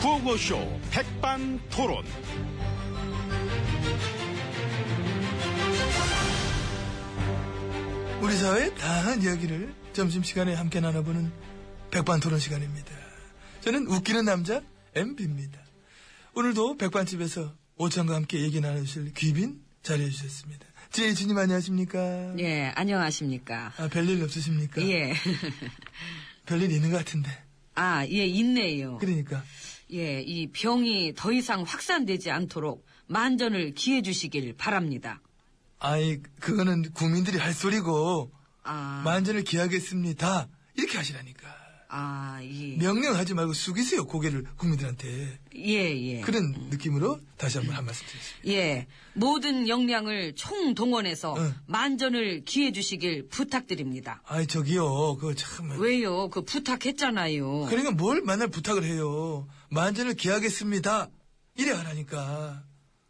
구호쇼 백반토론. 우리 사회의 다양한 이야기를 점심시간에 함께 나눠보는 백반토론 시간입니다. 저는 웃기는 남자 MB입니다. 오늘도 백반집에서 오찬과 함께 얘기 나누실 귀빈 자리해 주셨습니다. 지혜진님 안녕하십니까? 예, 안녕하십니까. 아, 별일 없으십니까? 예. 별일 있는 것 같은데. 아, 예, 있네요. 그러니까 예, 이 병이 더 이상 확산되지 않도록 만전을 기해 주시길 바랍니다. 아이 그거는 국민들이 할 소리고 아, 만전을 기하겠습니다. 이렇게 하시라니까. 아, 예. 명령하지 말고 숙이세요 고개를 국민들한테. 예, 예. 그런 느낌으로 다시 한번 한 말씀 드리겠습니다. 예, 모든 역량을 총동원해서 응. 만전을 기해 주시길 부탁드립니다. 아이 저기요 그거 참. 왜요? 그 부탁했잖아요. 그러니까 뭘 만날 부탁을 해요. 만전을 기하겠습니다. 이래 하라니까.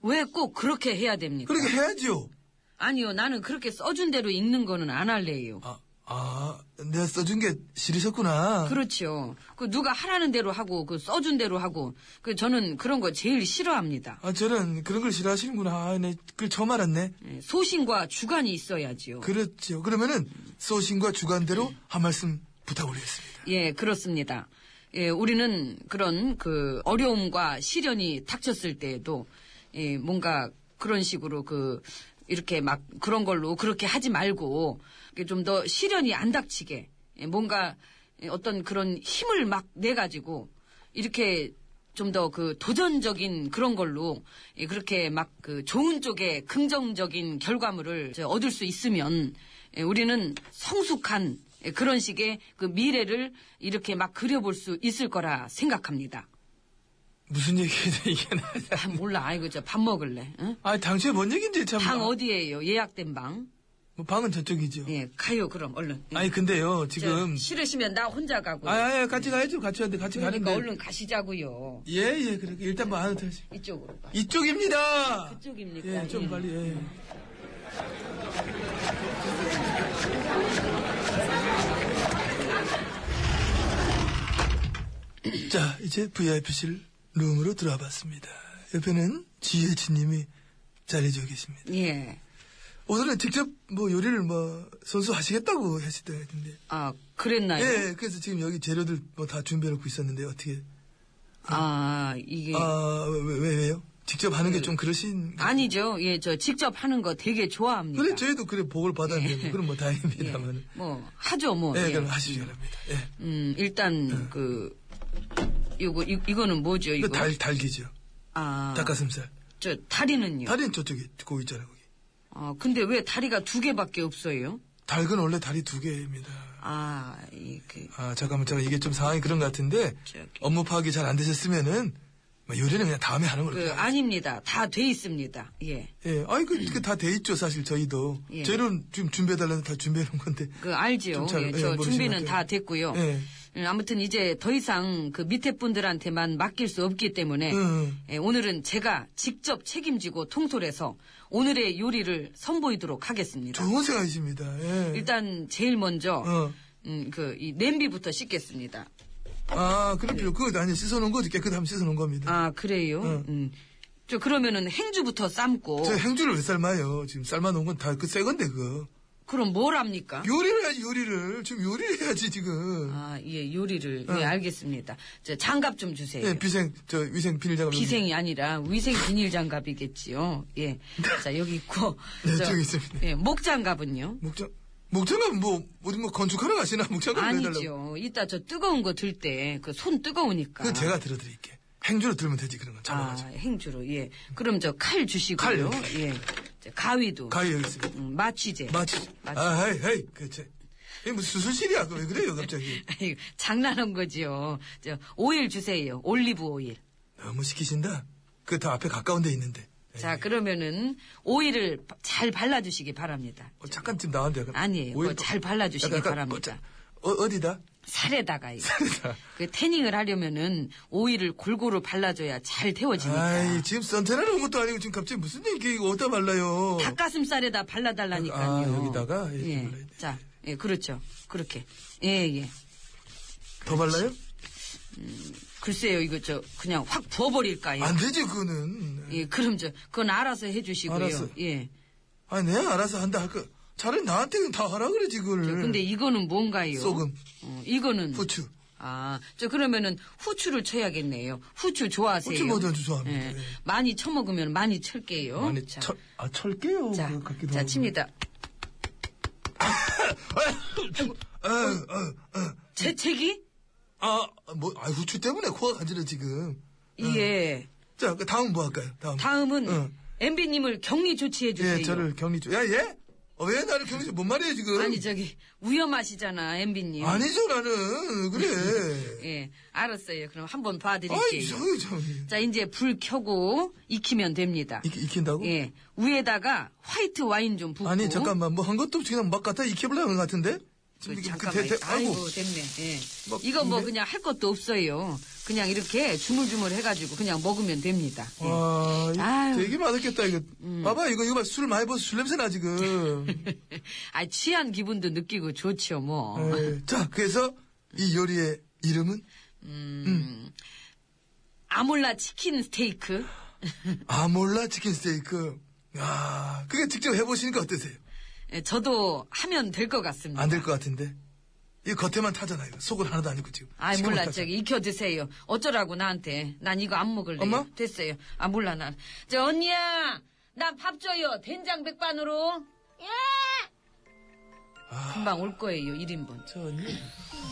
왜 꼭 그렇게 해야 됩니까? 그렇게 해야죠. 아니요, 나는 그렇게 써준 대로 읽는 거는 안 할래요. 아, 아, 내가 써준 게 싫으셨구나. 그렇죠. 그 누가 하라는 대로 하고 그 써준 대로 하고 그 저는 그런 거 제일 싫어합니다. 아, 저는 그런 걸 싫어하시는구나. 아, 네, 그걸 처음 알았네. 예, 소신과 주관이 있어야지요. 그렇죠. 그러면은, 소신과 주관대로 한 말씀 부탁드리겠습니다. 예, 그렇습니다. 예, 우리는 그런 그 어려움과 시련이 닥쳤을 때에도 예, 뭔가 그런 식으로 그 이렇게 막 그런 걸로 그렇게 하지 말고 좀 더 시련이 안 닥치게 예, 뭔가 예, 어떤 그런 힘을 막 내 가지고 이렇게 좀 더 그 도전적인 그런 걸로 예, 그렇게 막 그 좋은 쪽에 긍정적인 결과물을 이제 얻을 수 있으면 예, 우리는 성숙한 예, 그런 식의 그 미래를 이렇게 막 그려볼 수 있을 거라 생각합니다. 무슨 얘기인데, 이게. 나- 아, 몰라. 아이고, 저 밥 먹을래. 응? 아, 당초에 뭔 얘기인지 참. 방 어디에요? 예약된 방. 뭐 방은 저쪽이죠. 예, 가요, 그럼, 얼른. 응. 아니, 근데요, 지금. 저 싫으시면 나 혼자 가고. 아, 아, 아, 같이 가야죠. 같이 가는데, 같이 그러니까 가는데. 얼른 가시자고요. 예, 예, 그래. 일단 뭐, 안으로 타시 이쪽으로 가. 이쪽입니다! 그쪽입니까? 예, 좀 빨리, 예. 자, 이제 VIP실 룸으로 들어와 봤습니다. 옆에는 지혜진님이 자리해주고 계십니다. 예. 오늘은 직접 뭐 요리를 뭐 선수 하시겠다고 하시던데. 아, 그랬나요? 예, 그래서 지금 여기 재료들 뭐 다 준비해놓고 있었는데 어떻게. 아, 이게. 아, 왜, 왜, 왜요? 직접 하는 게 좀 그러신. 아니죠. 예, 저 직접 하는 거 되게 좋아합니다. 그래, 그러니까. 저희도 그래 복을 받았는데, 뭐 그렇죠. 그럼 뭐 예. 다행입니다만. 은 뭐, 하죠, 뭐. 예, 예. 그럼 하시기 바랍니다. 예. 음, 일단, 그, 이거, 이, 이거는 뭐죠, 이거 이거? 그 달, 달기죠. 아, 예. 닭가슴살. 저, 다리는요? 다리는 저쪽에, 거기 있잖아, 거기. 아, 근데 왜 다리가 두 개밖에 없어요? 닭은 원래 다리 두 개입니다. 아, 이게, 아, 잠깐만, 잠깐 이게 좀 상황이 그런 것 같은데, 저기. 업무 파악이 잘 안 되셨으면은, 뭐 요리는 그냥 다음에 하는 걸로. 그, 해요. 아닙니다. 다 돼 있습니다. 예. 예, 아이, 그, 다 돼 있죠, 사실 저희도. 예. 재료는 지금 준비해달라는 다 준비해 놓은 건데. 그, 알지요. 좀잘 예, 예, 저 모르시는 준비는 것 같아요. 다 됐고요. 예. 음, 아무튼 이제 더 이상 그 밑에 분들한테만 맡길 수 없기 때문에, 음. 예, 오늘은 제가 직접 책임지고 통솔해서 오늘의 요리를 선보이도록 하겠습니다. 좋은 생각이십니다, 예. 일단, 제일 먼저, 어. 음, 그, 이 냄비부터 씻겠습니다. 아, 그럼 필요, 그거 아니, 씻어놓은 거, 깨끗하면 씻어놓은 겁니다. 아, 그래요? 응. 음. 저, 그러면은 행주부터 삶고, 저 행주를 왜 삶아요? 지금 삶아놓은 건 다, 그, 새 건데, 그거. 그럼 뭘 합니까? 요리를 해야지, 요리를. 지금 요리를 해야지, 지금. 아, 예, 요리를. 응. 예, 알겠습니다. 저 장갑 좀 주세요. 예, 네. 비생, 저, 위생 비닐장갑. 비생이 아니라 위생 비닐 장갑이겠지요. 예. 자, 여기 있고. 네, 저기 있습니다. 네, 예, 목장갑은요? 목장, 목장갑 뭐, 어디 뭐 건축하러 가시나? 목장갑 해달라고. 아니죠. 이따 저 뜨거운 거 들 때, 그 손 뜨거우니까. 그거 제가 들어드릴게. 행주로 들면 되지, 그런 건. 아, 잡아가지고. 행주로, 예. 그럼 저 칼 칼요? 주시고요. 예. 저 가위도. 가위 여기 있습니다. 음, 마취제. 마치, 아, 헤이, 헤이, 그치. 이게 무슨 수술실이야? 그왜 그래요, 갑자기? 아유, 장난한 거지요. 저 오일 주세요. 올리브 오일. 너무 시키신다? 그 다 앞에 가까운 데 있는데. 예. 자, 그러면은 오일을 바- 잘 발라 주시기 바랍니다. 어, 잠깐 지금 나왔는데. 약간 아니에요. 오일 그거 또- 잘 발라주시기 약간- 약간 바랍니다. 뭐 자- 어, 어디다? 살에다가요. 그 태닝을 하려면은 오일을 골고루 발라 줘야 잘 태워집니다. 아이, 지금 선탠하러 온 것도 아니고 지금 갑자기 무슨 얘기 어디다 발라요? 닭가슴살에다 발라달라니까요. 아, 여기다가? 예, 예. 발라야 돼. 자, 예, 그렇죠. 그렇게. 예, 예. 더 발라요? 글쎄요, 이거 저 그냥 확 부어버릴까요? 안 되지 그거는. 예, 그럼 저 그건 알아서 해주시고요. 음. 알았어. 예. 아니 내가 알아서 한다 할 거. 차라리 나한테는 다 하라 그러지 그걸. 저 근데 이거는 뭔가요? 음. 소금. 어, 이거는 후추. 아, 저 그러면은 후추를 쳐야겠네요. 후추 좋아하세요? 후추 뭐든 좋아합니다. 예. 많이 쳐먹으면 많이 철게요. 아니 어? 자, 철, 아 철게요. 자, 그 같기도 자 하고. 칩니다. 어, 어, 어. 재채기? 아, 뭐, 아, 후추 때문에 코가 간지러 지금. 예. 자, 그 다음 뭐 할까요? 음. 다음. 응. 다음은 엠비님을 격리 조치해 주세요. 예, 저를 격리 좀. 야, 예? 어, 왜 나를 격리 좀? 뭔 말이에요 지금? 아니 저기 위험하시잖아, 엠비님. 아니죠, 나는. 그래. 예, 알았어요. 그럼 한번 봐드릴게요. 아이, 저기, 저기. 자, 이제 불 켜고 익히면 됩니다. 익, 익힌다고? 예, 위에다가 화이트 와인 좀 붓고. 어? 아니, 잠깐만. 뭐 한 것도 없이 그냥 막 갖다 익혀보려는 것 같은데? 그, 지금 이게 잠깐만. 대- 대- 아이고, 아이고. 됐네. 예. 막 이거 뭐 근데? 그냥 할 것도 없어요. 그냥 이렇게 주물주물 해가지고 그냥 먹으면 됩니다. 예. 와, 이거 아유. 음. 되게 맛있겠다, 이거. 봐봐, 이거, 이거 봐. 술을 많이 벌어서 술 냄새 나, 지금. 그. 아, 취한 기분도 느끼고 좋죠, 뭐. 예. 자, 그래서 이 요리의 이름은? 아몰라 치킨 스테이크. 아몰라 치킨 스테이크. 야, 그게 직접 해보시니까 어떠세요? 예, 저도 하면 될 것 같습니다. 안 될 것 같은데. 이 겉에만 타잖아요. 속은 하나도 아니고 지금. 아이 지금은 몰라 타잖아. 저기 익혀 드세요. 어쩌라고 나한테. 난 이거 안 먹을래. 엄마? 됐어요. 아 몰라 난. 저 언니야. 나 밥 줘요. 된장 백반으로. 금방 올 거예요. 1인분. 저 언니.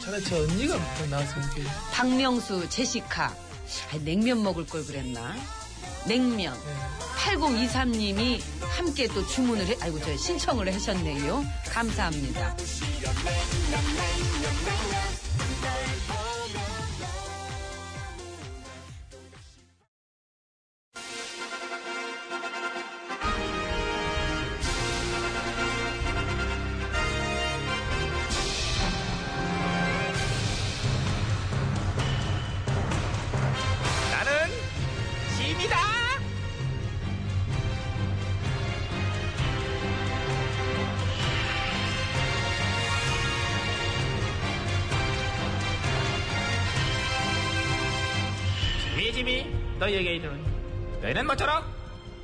차라리 저 언니가 나왔으면 좋겠어. 박명수 제시카. 아이, 냉면 먹을 걸 그랬나? 냉면. 네. 8023님이 함께 또 주문을 해, 아이고 저 신청을 하셨네요. 감사합니다. 나는 짐이다. 짐이 짐이 너희에게 이르는 너희는 모쪼록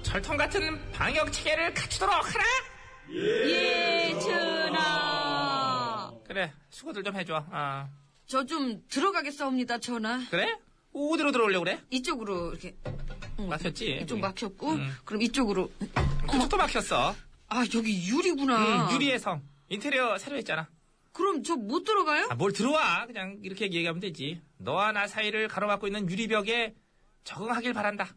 철통 같은 방역 체계를 갖추도록 하라. 예, 전하. 그래 수고들 좀 해줘. 아 저 좀 들어가겠사옵니다, 전하. 그래? 어디로 들어오려고 그래? 이쪽으로 이렇게 응, 막혔지? 예. 음. 이쪽 여기. 막혔고 그럼 이쪽으로 그쪽도 막혔어. 아 여기 유리구나. 응, 음, 유리의 성. 인테리어 새로 했잖아. 그럼 저 못 들어가요? 아, 뭘 들어와. 그냥 이렇게 얘기하면 되지. 너와 나 사이를 가로막고 있는 유리벽에 적응하길 바란다.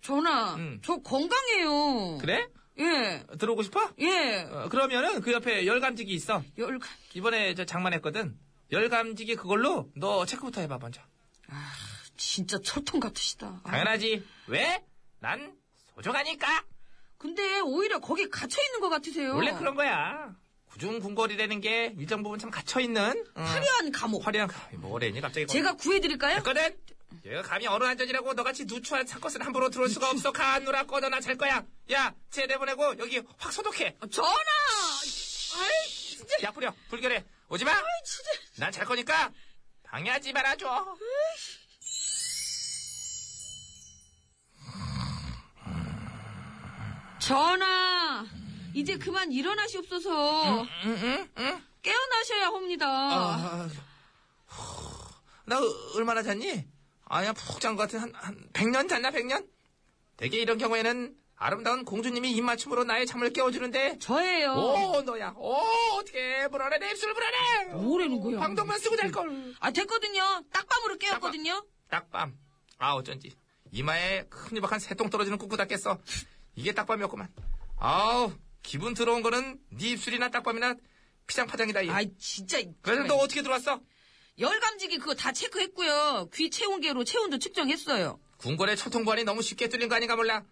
전화. 음. 저 건강해요. 그래? 예. 들어오고 싶어? 예. 어, 그러면은 그 옆에 열감지기 있어. 열간. 이번에 저 장만했거든. 열감지기 그걸로 너 체크부터 해봐, 먼저. 아 진짜 철통 같으시다. 아, 당연하지. 왜? 난 소중하니까. 근데 오히려 거기 갇혀 있는 것 같으세요. 원래 그런 거야. 구중궁궐이라는 게 일정 부분 참 갇혀있는. 어, 화려한 감옥. 화려한. 아, 뭐래니, 갑자기. 제가 구해드릴까요? 됐거든? 얘가 감히 어느 안전이라고 너같이 누추한 사컷은 함부로 들어올 수가 없어. 가누라 꺼져나 잘 거야. 야, 쟤 내보내고 여기 확 소독해. 아, 전화. 아이 진짜. 약 뿌려. 불결해. 오지 마. 아이 진짜. 난 잘 거니까 방해하지 말아줘. 전화. 이제 그만 일어나시옵소서. 응, 응, 응. 깨어나셔야 합니다. 아, 후, 나 어- 얼마나 잤니? 아니야, 푹 잔 것 같은 한, 한 100년 잤나, 100년? 대개 이런 경우에는 아름다운 공주님이 입맞춤으로 나의 잠을 깨워주는데 저예요. 오, 너야. 오, 어떻게 불안해. 내 입술 불안해. 어. 뭐라는 거야? 방독만 쓰고 잘걸. 아 됐거든요. 딱밤으로 깨었거든요. 딱밤. 아, 어쩐지. 이마에 큰 유박한 새똥 떨어지는 꾸꾸다 깼어. 이게 딱밤이었구만. 아우, 기분 들어온 거는 네 입술이나 딱밤이나 피장파장이다, 얘. 아이 진짜. 그래서 정말. 너 어떻게 들어왔어? 열감지기 그거 다 체크했고요. 귀 체온계로 체온도 측정했어요. 궁궐의 철통 보안이 너무 쉽게 뚫린 거 아닌가 몰라.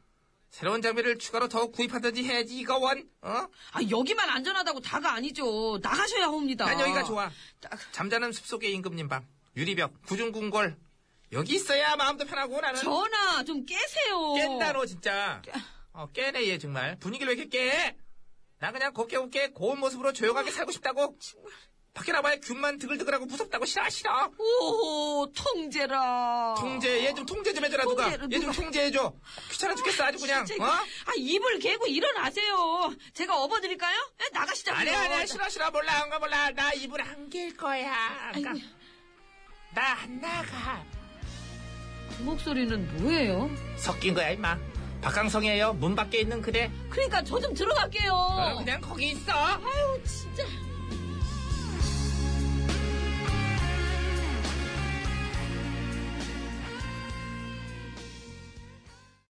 새로운 장비를 추가로 더 구입하든지 해야지, 이거 원. 어? 아 여기만 안전하다고 다가 아니죠. 나가셔야 합니다. 난 여기가 좋아. 딱. 잠자는 숲속의 임금님 방, 유리벽, 구중궁궐. 여기 있어야 마음도 편하고 나는. 전화 좀 깨세요. 깬다 너 진짜. 어, 깨네 얘 정말. 분위기를 왜 이렇게 깨? 나 그냥 곱게 곱게 고운 모습으로 조용하게 살고 싶다고. 밖에 나봐야 균만 드글드글하고 무섭다고 싫어 싫어. 오호, 통제라. 통제 얘 좀 통제 좀 해줘라 누가. 통제를 얘 좀 통제해줘. 귀찮아 죽겠어 아주 그냥. 진짜 어? 이거- 아, 입을 개고 일어나세요. 제가 업어드릴까요? 예, 나가시자고요. 아니야 아니야 싫어 싫어 몰라 안 가 몰라 나 입을 안길 거야. 안 가. 아이고. 나 안 나가. 목소리는 뭐예요? 섞인 거야 임마. 박강성이에요. 문 밖에 있는 그대. 그러니까 저 좀 들어갈게요. 너는 그냥 거기 있어. 아유, 진짜.